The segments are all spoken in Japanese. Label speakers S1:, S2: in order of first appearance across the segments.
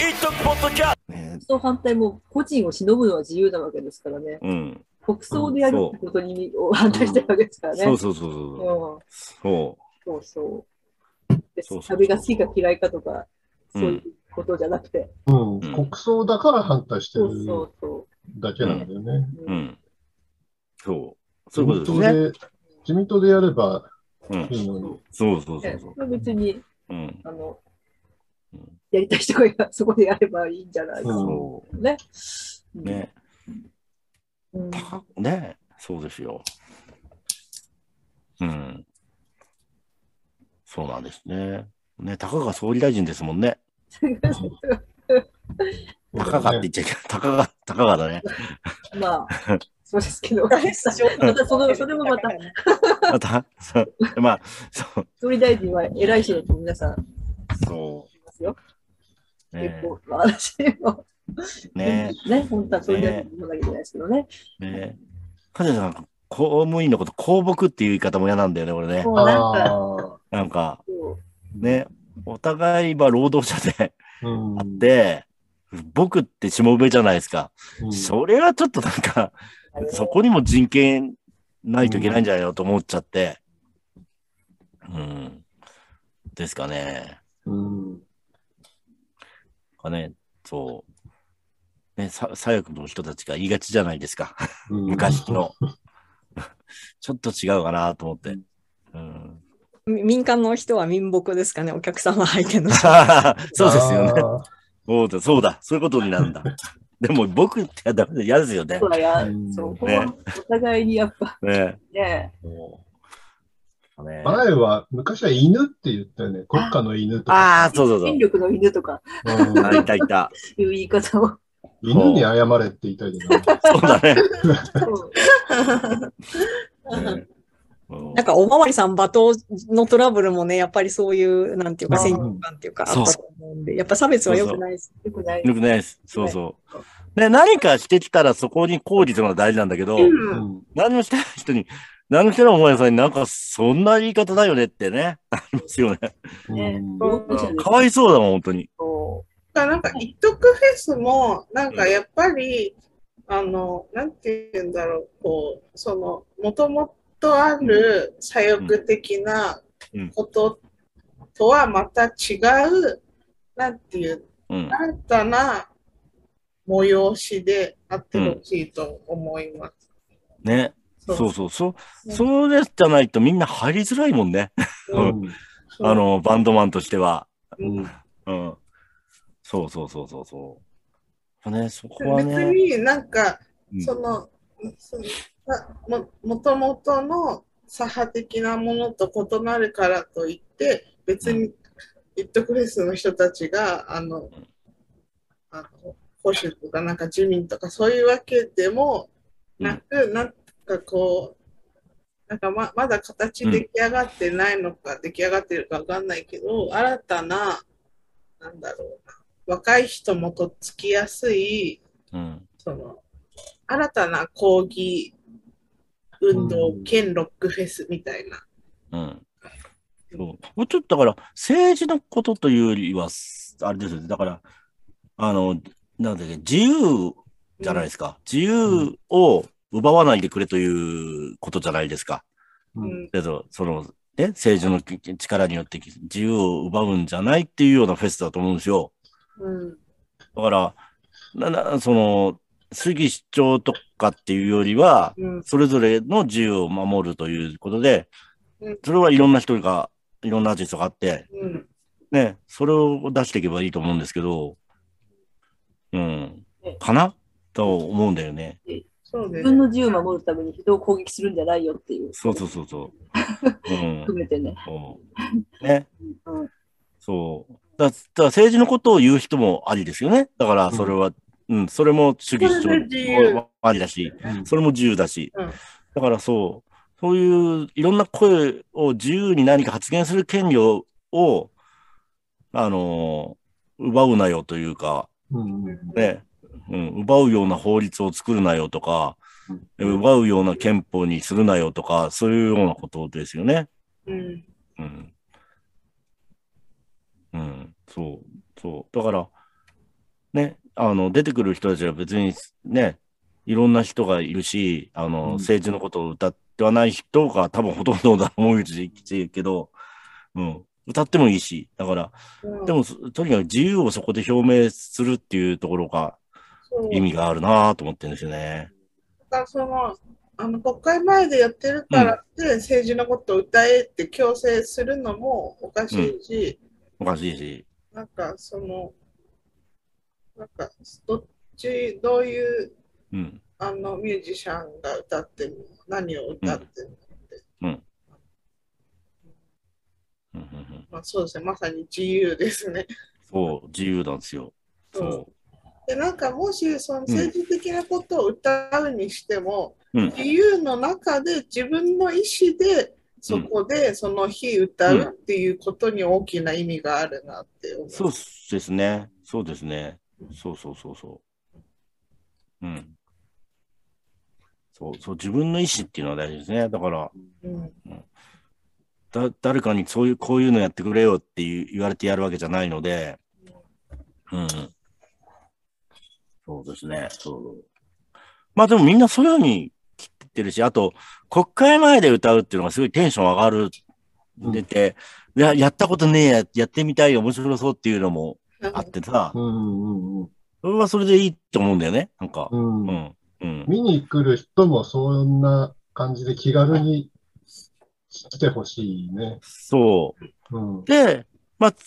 S1: イトポッドキャス
S2: ね
S3: と反対も個人を忍ぶのは自由なわけですからね。
S1: うん。
S3: 国葬でやるってことにを反対してるわけですからね。
S1: そう
S3: そ
S1: そうそうそう。そ
S3: んそうそう。で
S1: そうそうそう
S3: 旅が好きか嫌いかとか、
S1: う
S3: そ
S1: ん
S3: ういうことじゃなくて。
S2: うん、
S1: ん
S2: 国葬だから反対して
S3: そ
S2: る
S3: うそうそ
S2: だけなんだよね。
S3: う。
S1: う。う
S3: うん
S1: ん。そう。そういうことですね。
S2: 自民党で自民党でやれば
S1: うん。
S2: いいのに。
S1: そうそうそう
S3: で
S1: そう。
S3: 別に
S1: うん。
S3: あの
S1: うん
S3: やりたい人がいたそこでやればいいんじゃないか
S2: うん
S1: そ
S3: ね。
S1: う。ね。
S3: うん。
S1: たね。そうですよ。うん。そうなんですね。ね、たかが総理大臣ですもんね。たかがって言っちゃいけない。たかが、たかがだね。
S3: まあ、そうですけど。
S4: ま
S3: たそのそれもまた
S1: また、そうまあ、そう。
S3: 総理大臣は偉い人だと皆さん言い
S1: そ
S3: ますよ。
S1: う。
S3: 結
S1: ね
S3: 構、まあ私も。
S1: ね
S3: ね、本当は総理大臣の方がいいんじゃないですけどね。
S1: ねかねさん、公務員のこと、公僕っていう言い方も嫌なんだよね、俺ね。
S3: もうなんか、
S2: あ
S1: なんか、
S3: こ
S1: ね、お互いは労働者で
S2: あ、うん
S1: あっ、て、僕って下辺じゃないですか。
S2: うん
S1: それはちょっとなんか、
S3: う
S1: そこにも人権ないといけないんじゃないのと思っちゃって。うん。ですかね。
S2: うん
S1: かね、そう。ね、さ左翼の人たちが言いがちじゃないです か。
S2: うん
S1: 昔の。 ちょっと違うかなと思って。うん、
S4: 民間の人は民牧ですかね、お客様相手の人。
S1: そうですよね。
S2: あ
S1: そうだ、そうだ、そういうことになるんだ。でも僕ってやだめだ、嫌ですよね
S3: こ。はや
S2: うん、
S3: そう、ここはお互いにやっぱ
S1: ね
S3: ね、
S1: もうね
S2: ー前は、昔は犬って言ったよね。国家の犬とか。
S1: ああ、そうそうそう
S3: 権。力の犬とか
S2: うん
S1: あいたいた。
S3: いう言い方を。
S2: 犬に謝れって言いたいけど。
S1: そうだね。
S3: そう
S1: ねうん
S4: なんかおまわりさん罵倒のトラブルもね、やっぱりそういう、なんていうか、
S3: うん
S4: 先入観っていうか、あっ
S1: そう
S4: たと思うんで、やっぱ差別は良くないです。
S3: よくない。
S1: よくないです。そうそう。ね、何かしてきたらそこに抗議するのが大事なんだけど、
S3: うん
S2: うん
S1: 何もしてない人に、何もしてないお前さんになんかそんな言い方だよねってね、ありますよね。
S3: ね
S2: うん
S3: 動くじゃないです
S1: かわいそうだもん、本当に。
S3: そ
S5: だからなんか一徳フェスもなんかやっぱり、あのなんて言うんだろうこうそのもともとある左翼的な
S1: うん
S5: こととはまた違うなんていう
S1: うん。
S5: 新たな催しであってほしいと思います。
S1: ね。
S5: そう
S1: そうそう。そうう、
S5: ん
S1: そうですじゃないとみんな入りづらいもんね。
S2: う
S1: うん
S2: ん
S1: あの、バンドマンとしては。
S2: うん
S1: うん。そうそうそうそうそう。ね、そこは
S5: 別
S1: ね。
S5: になんか
S1: うん
S5: その、そのなももともとの左派的なものと異なるからといって、別
S1: う
S5: に一徳フェスの人たちが、あの、あの保守とかなんか自民とかそういうわけでもなく、なんかこう、なんかままだ形出来上がってないのか、出来上がってるかわかんないけど、新たな、なんだろうな、若い人もとっつきやすい、
S1: うん。
S5: その新たな抗議運動
S2: うん
S5: 兼ロックフェスみたいな。
S1: うん。そう。もうちょっとだから、政治のことというよりは、あれですよね。だから、あの、なんだっけ、自由じゃないですか。自由を奪わないでくれということじゃないですか。
S2: う
S5: うんん
S1: けど、その、ね、政治のき力によって自由を奪うんじゃないっていうようなフェスだと思うんですよ。
S5: うん
S1: だから、な、な、その、杉市長とかっていうよりは、
S5: うん
S1: それぞれの自由を守るということで
S5: うん、
S1: それはいろんな人が、いろんなアーティストがあって、
S5: うん
S1: ね、それを出していけばいいと思うんですけど、うん、かなと思うんだよね。
S5: そう
S3: う
S5: ね
S3: 自。分の自由を守るために人を攻撃するんじゃないよっていう。
S1: そうそうそうそう。 うん。
S3: 含めてね。
S1: そうね
S3: うん。
S1: そう。だだから政治のことを言う人もありですよね。だから、それは、うん、それも主義主
S5: それで自
S1: 張
S5: 由
S1: もありだし、それも自由だし。
S5: うん
S1: だからそう、そういういろんな声を自由に何か発言する権利を、をあのー奪うなよというか、
S2: うん
S1: ね、うん、奪うような法律を作るなよとか、奪うような憲法にするなよとか、そういうようなことですよね。
S5: うん
S1: うん。うん、そう、そう。だから、ね、あの、出てくる人たちは別にね、いろんな人がいるし、あの、
S2: うん
S1: 政治のことを歌ってはない人が多分ほとんどだと思うしけど、うん、歌ってもいいし、だから、
S5: うん
S1: でも、そとにかく自由をそこで表明するっていうところが
S5: そう
S1: 意味があるなと思ってるんですよね。
S5: だからそのあの国会前でやってるからって、政治のことを歌えって強制するのもおかしいし、
S1: おかしいし。
S5: なんかそのなんかどっちどういう
S1: うん。
S5: あのミュージシャンが歌っても何を歌ってもって、
S1: うんうんうん
S5: まあ、そうですねまさに自由ですね。
S1: そう、自由なんですよ。そ
S5: でなんかもしその政治的なことを歌うにしても、
S1: うん
S5: 自由の中で自分の意思でそこでその日歌うっていうことに大きな意味があるなって思う。
S1: う。そうですね。そうですね。そうそうそうそう。うん。そう、そう、自分の意思っていうのは大事ですね。だから、
S5: うん
S1: だ誰かにそういう、こういうのやってくれよっていう言われてやるわけじゃないので、うん。そうですね。そう。まあでもみんなそういうふうに切ってるし、あと、国会前で歌うっていうのがすごいテンション上がる。
S2: うん
S1: 出て、いややったことねえや、やってみたい、面白そうっていうのもあってさ、
S2: うんうんうん
S1: それはそれでいいと思うんだよね。なんか。
S2: うん
S1: う。ん。うん。
S2: 見に来る人もそんな感じで気軽に来てほしいね。
S1: そ
S2: うん。う
S1: う。で、まあ、こ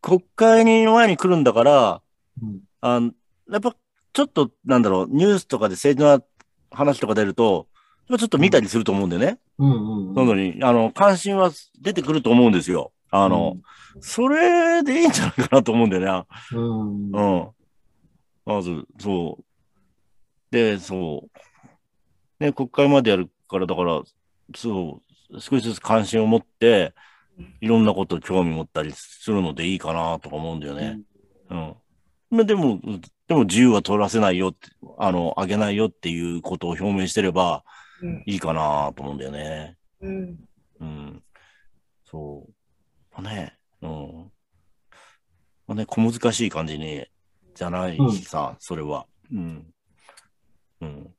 S1: 国会に前に来るんだから、
S2: ん。
S1: あのやっぱちょっと、なんだろう、ニュースとかで政治の話とか出ると、やっぱちょっと見たりすると思うんだよね。
S2: うんうん
S1: なのに、あの、関心は出てくると思うんですよ。あの、それでいいんじゃないかなと思うんだよね。
S2: うん。う
S1: う
S2: ん。
S1: ん。まず、そう。で、そう。ね、国会までやるから、だから、そう、少しずつ関心を持って、いろんなこと興味持ったりするのでいいかなとか思うんだよね。うん。まあでも、でも自由は取らせないよって、あの、あげないよっていうことを表明してれば
S5: うん
S1: いいかなと思うんだよね。
S5: うん
S1: うん。そう。まあね、うん。まあね、小難しい感じに、じゃないしさ、それは。うん。うん。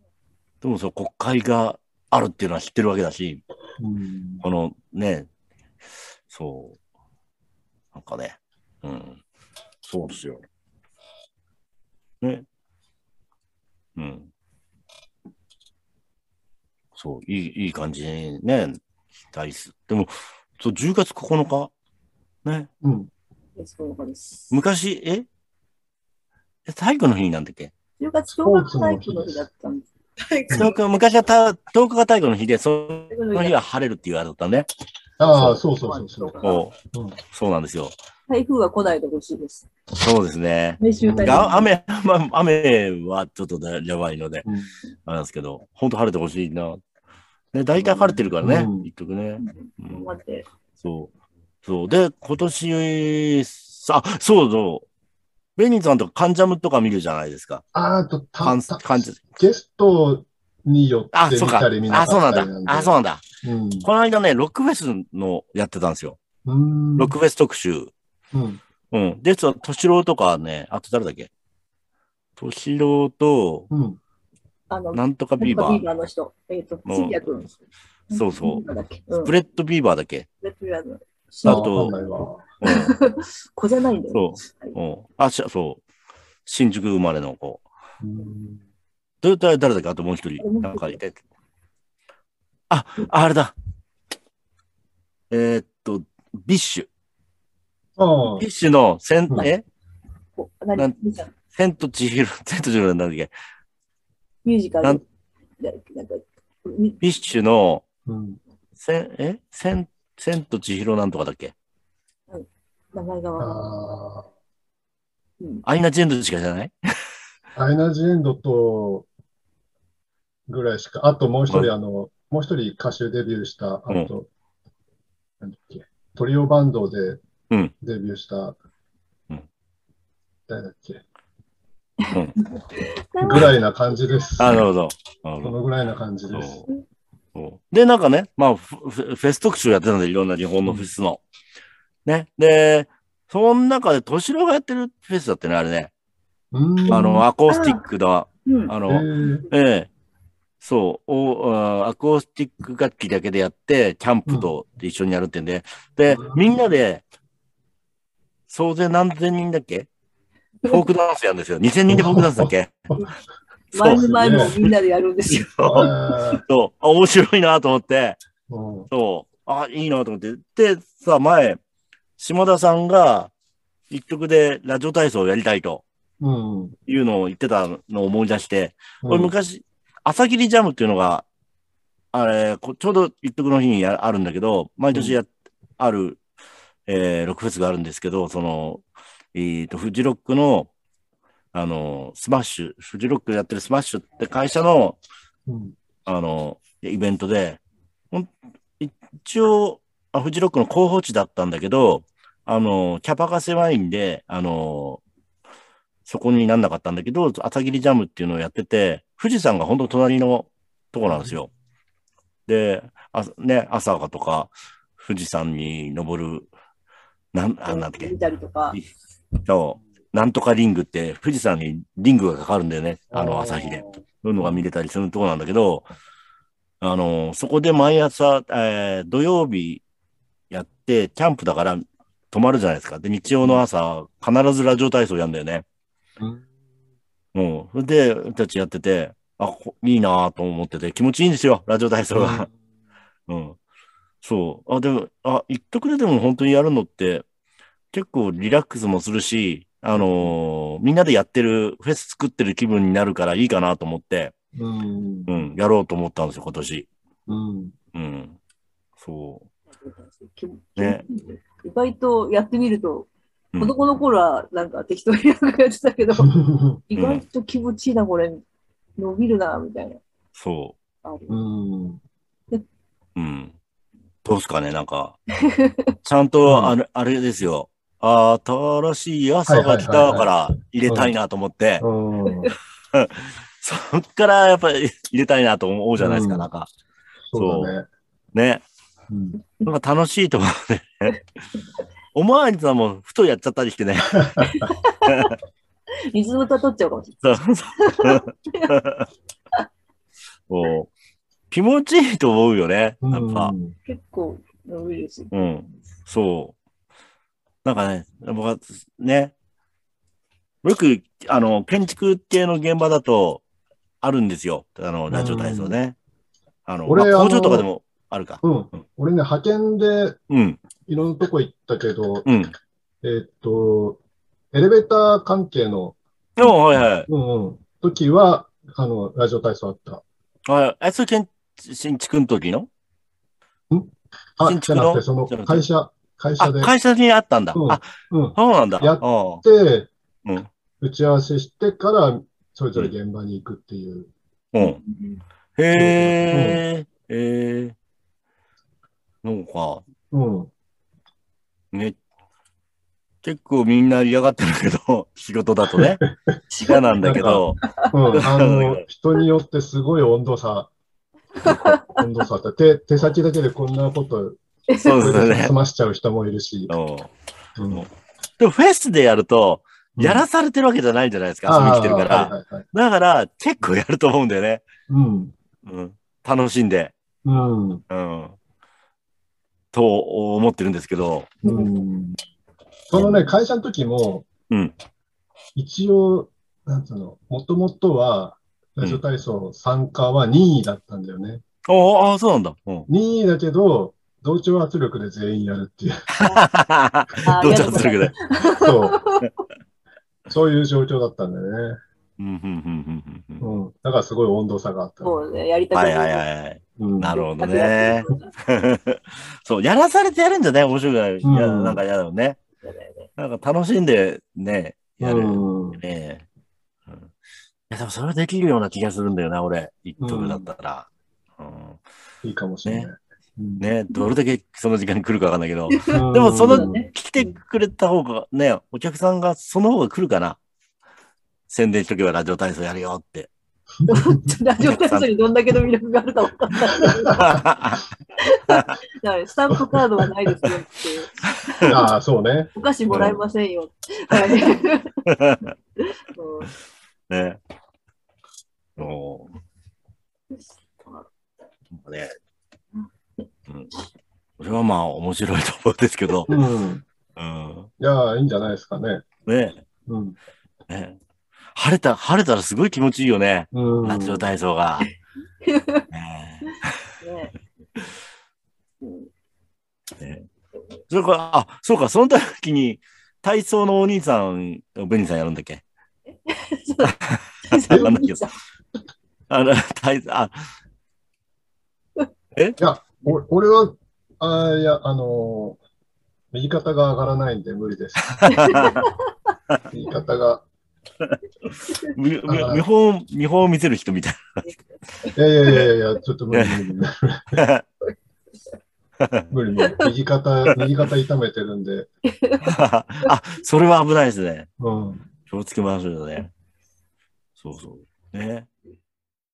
S1: でもそう、国会があるっていうのは知ってるわけだし、
S2: うん
S1: このね、そう。なんかね、うん。そうですよ。ね。うん。そう、いい、いい感じにね、したいっす。でも、そう、10月9日、ね、
S2: うん。
S3: そうなんです。
S1: 昔、ええ体育の日なんだっけ
S3: 10月10日体育の日だったんです。
S5: 体育
S1: 10日昔はた10日が体育の日で、その日は晴れるって言われたね。
S2: ああ、そうそうそうそう。
S1: そう
S2: うん
S1: そうなんですよ。
S3: 台風は来ないでほしいです。
S1: そうですね。
S3: 練習台風
S1: が雨、 まあ、雨はちょっとねやばいので、
S2: うん
S1: あれなんですけど、本当晴れてほしいな。ね、大体晴れてるからね、
S2: うん
S1: 一曲ね、うん
S3: 頑張って。
S1: そう。そう。で、今年、さ、あそうそう。ベニーさんとかカンジャムとか見るじゃないですか。
S2: ああと、た
S1: カン、
S2: た
S1: カンジャム。
S2: ゲストによっ
S1: あ、
S2: て
S1: そう
S2: 見
S1: か
S2: たり見。な
S1: あ、そうな
S2: かったり
S1: んだ。あ、そうな
S2: う
S1: んだ。
S2: なんで。
S1: この間ね、ロックフェスのやってたんですよ。
S2: うん。
S1: ロックフェス特集。
S2: うん。
S1: うん。で、そう、敏郎とかね、あと誰だっけ敏郎と、
S2: うん。
S3: あの、
S1: なんとかビーバー。
S3: の人。えっと、
S1: の
S3: 杉谷君。
S1: そうそう。
S3: なんだっけうん
S1: ブレッドビーバーだっけ、
S3: レピュラーの
S1: あ
S2: あ
S1: と
S2: わかんないわ。
S1: うん、
S3: 子じゃないんだよ。
S1: そう。うん。あ、しそう。新宿生まれの子。
S2: うん
S1: ど誰誰だっけあともう一人。なんかいて。あ、あれだ。えーっと、ビッシュ。
S2: ああ
S1: ビッシュの、せん
S2: う、ん
S1: え
S3: こう
S1: な
S3: 何
S1: ん
S3: 見ちゃう
S1: 千と千尋、 千と千尋なんだっけ
S3: ミュージカル
S1: な
S3: なんんかみ
S1: ビッシュの、
S2: うん。
S1: せん、え千、千と千尋なんとかだっけ
S3: 名前がわかんない
S2: あ
S3: うん
S1: アイナ・ジェンドしかじゃない
S2: あ。アイナ・ジ・エンドと、ぐらいしか、あともう一
S1: うん
S2: 人、あの、もう一人歌手デビューした、
S1: うん
S2: あと、なんだっけ、トリオバンドで
S1: うん
S2: デビューした
S1: うん、
S2: 誰だっけ、
S1: うん。
S2: ぐらいな感じです。
S1: あ、な
S2: こ
S1: るほど。なるほど
S2: のぐらいな感じ
S1: そ
S2: です。
S1: うそうで、なんかね、まあ、フフフェス特集やってたんで、いろんな日本のフェスの。ね。で、その中で、敏郎がやってるフェスだってね、あれね。
S2: うん
S1: あの、アコースティックだ、
S3: うん。
S1: あ
S2: え
S1: の、
S2: ー
S1: ええそうおあー、アコースティック楽器だけでやって、キャンプと一緒にやるってんで、で、みんなで、総勢何千人だっけフォークダンスやるんですよ。2000人でフォークダンスだっけそ
S3: 前
S1: う
S3: の前もみんなでやるんですよ。
S1: そうそう、あ面白いなと思って、
S2: えー
S1: そう、あ、いいなと思って。で、さ、前、島田さんが一曲でラジオ体操をやりたいと
S2: うん。うん。
S1: いうのを言ってたのを思い出して、
S2: うん
S1: 俺昔、朝霧ジャムっていうのが、あれ、こちょうど一徳の日にやあるんだけど、毎年や、ある、えーロックフェスがあるんですけど、その、えっ、と、フジロックの、あの、スマッシュ、フジロックやってるスマッシュって会社の、
S2: うん
S1: あの、イベントで、ほん一応、あフジロックの候補地だったんだけど、あの、キャパが狭いんで、あの、そこになんなかったんだけど、朝霧ジャムっていうのをやってて、富士山が本当隣のとこなんですよ。で、あね、朝がとか、富士山に登る、なん、あ、なんだっけ
S3: 見、たりとか。
S1: そう、なんとかリングって、富士山にリングがかかるんだよね、あの朝日で。そういうのが見れたりするところなんだけど、あの、そこで毎朝、えー土曜日やって、キャンプだから泊まるじゃないですか。で、日曜の朝、必ずラジオ体操やるんだよね。
S2: うん
S1: もうん。それで、俺たちやってて、あ、こいいなぁと思ってて、気持ちいいんですよ、ラジオ体操が。うん。そう。あ、でも、あ、一徳ででも本当にやるのって、結構リラックスもするし、あのーみんなでやってる、フェス作ってる気分になるからいいかなと思って、
S2: うん。
S1: うん、やろうと思ったんですよ、今年。
S2: うん。
S1: うん。そね
S3: ね、意外とやってみると、
S1: う。うん
S3: 子供の頃はなんか適当になんかやってたけど、意外と気持ちいいな、これ。伸びるな、みたいな。
S1: そ
S3: あ
S2: うん。
S1: う。うん。どうすかね、なん か。ちゃんと、あれ、あれですよ。新しい朝が来たから入れたいなと思って、
S2: うん
S1: そっからやっぱり入れたいなと思うじゃないですか、
S2: うん
S1: なんか。
S2: そうだね。
S1: ね。
S2: うん
S1: なんか楽しいと思う ね。おまわりさんもふとやっちゃったりして ね。
S3: リズムが取っちゃうかもしれ
S1: そうそうそう気持ちいいと思うよね、やっぱ。
S2: うん
S3: ない。結構伸びるし。
S1: うん。そう。なんかね、僕はね、よく、あの、建築系の現場だと、あるんですよ。あの、ラジオ体操ね。あの、
S2: 俺
S1: まあ工
S2: あ
S1: 場
S2: の
S1: とかでもあるか。
S2: うん俺ね、派遣で
S1: うん、
S2: いろんなとこ行ったけど、
S1: うん。
S2: えーっと、エレベーター関係の、
S1: でも、はいはい。
S2: うんうん、時は、あの、ラジオ体操あった。
S1: はい、え、それ建、新築の時の
S2: あ、
S1: 新
S2: じ
S1: 築
S2: ゃ
S1: の
S2: なくて、その
S1: じゃなくて
S2: 会社、会社
S1: あ、
S2: で、
S1: 会社にあったんだ。
S2: うん
S1: あ、
S2: うん、
S1: そうなんだ。
S2: やっ
S1: あ
S2: で、
S1: うん
S2: 打ち合わせしてから、それぞれ現場に行くっていう。
S1: あうん。へえ、へえ。なんか、
S2: うん。
S1: ね、結構みんな嫌がってるけど、 仕事だと ね。嫌なんだけど、
S2: うん、あの、人によってすごい温度差。温度差って、手、手先だけでこんなこと、
S1: そうですね
S2: 済。ましちゃう人もいるし。
S1: うん
S2: うん
S1: でもフェスでやると、やらされてるわけじゃないじゃないですか、遊びに来てるか
S2: あー
S1: ら。
S2: はいはいはい
S1: だから、結構やると思うんだよね。
S2: うん。
S1: うん、楽しんで、
S2: うん。
S1: うん。と思ってるんですけど、
S2: うん。そのね、会社の時も、
S1: うん
S2: 一応、なんつうの、もともとは、ラジオ体操参加は任意だったんだよね。
S1: あああ、そうなんだ。 うん、
S2: 任意だけど、同調圧力で全員やるっていう。
S3: あ
S1: どうちゃんするけど。
S2: そう。そういう状況だったんだよね。
S1: うんうんうんうんうん
S2: うん。だからすごい温度差があった。
S3: そうね、やりたく
S1: は
S3: ない
S1: はいはい。
S2: うん。
S1: なるほどね。 そう、やらされてやるんじゃない面白くない。いや
S2: うん
S1: なんか嫌だよね。
S3: そうだよね
S1: なんか楽しんでね、やる。
S2: う
S1: ね
S2: ん。
S1: え。うん、いや、でもそれできるような気がするんだよな、俺。一徳だったら。うん
S2: いいかもしれない。うん
S1: ねどれだけその時間に来るかわかんないけど。
S2: うん
S1: でもそ
S3: そう
S1: の
S3: だね。
S1: 来てくれた方が、ね、お客さんがその方が来るかな。宣伝しとけばラジオ体操やるよって。
S3: ラジオ体操にどんだけの魅力があるか分かんない。だからスタンプカードはないですよっていう。
S2: ああ、そうね。
S3: お菓子もらえませんよ。はい。うん
S1: ね。もう、ね。うん。それはまあ面白いと思うんですけど、
S2: う
S1: う
S2: ん。
S1: ん。
S2: いやー、いいんじゃないですかね。
S1: ね。
S2: うん。
S1: ね。晴れた、晴れたらすごい気持ちいいよね。
S2: うん。
S1: ラジオ体操 が。ね
S3: ね。うん
S1: ねそれから、あ、そうか、その時に、体操のお兄さん、ベニーさんやるんだっけ なんだっけあの、体操、あ、
S2: お俺は、あーいや、あのー右肩が上がらないんで無理です。右肩が。
S1: みみ見本、見本を見せる人みたい
S2: いやいやいやいや、ちょっと無理無理無理
S1: な。
S2: 無理無理。右肩、右肩痛めてるんで。
S1: あ、それは危ないですね。
S2: うん。
S1: 気をつけましょうね。そうそう。ね。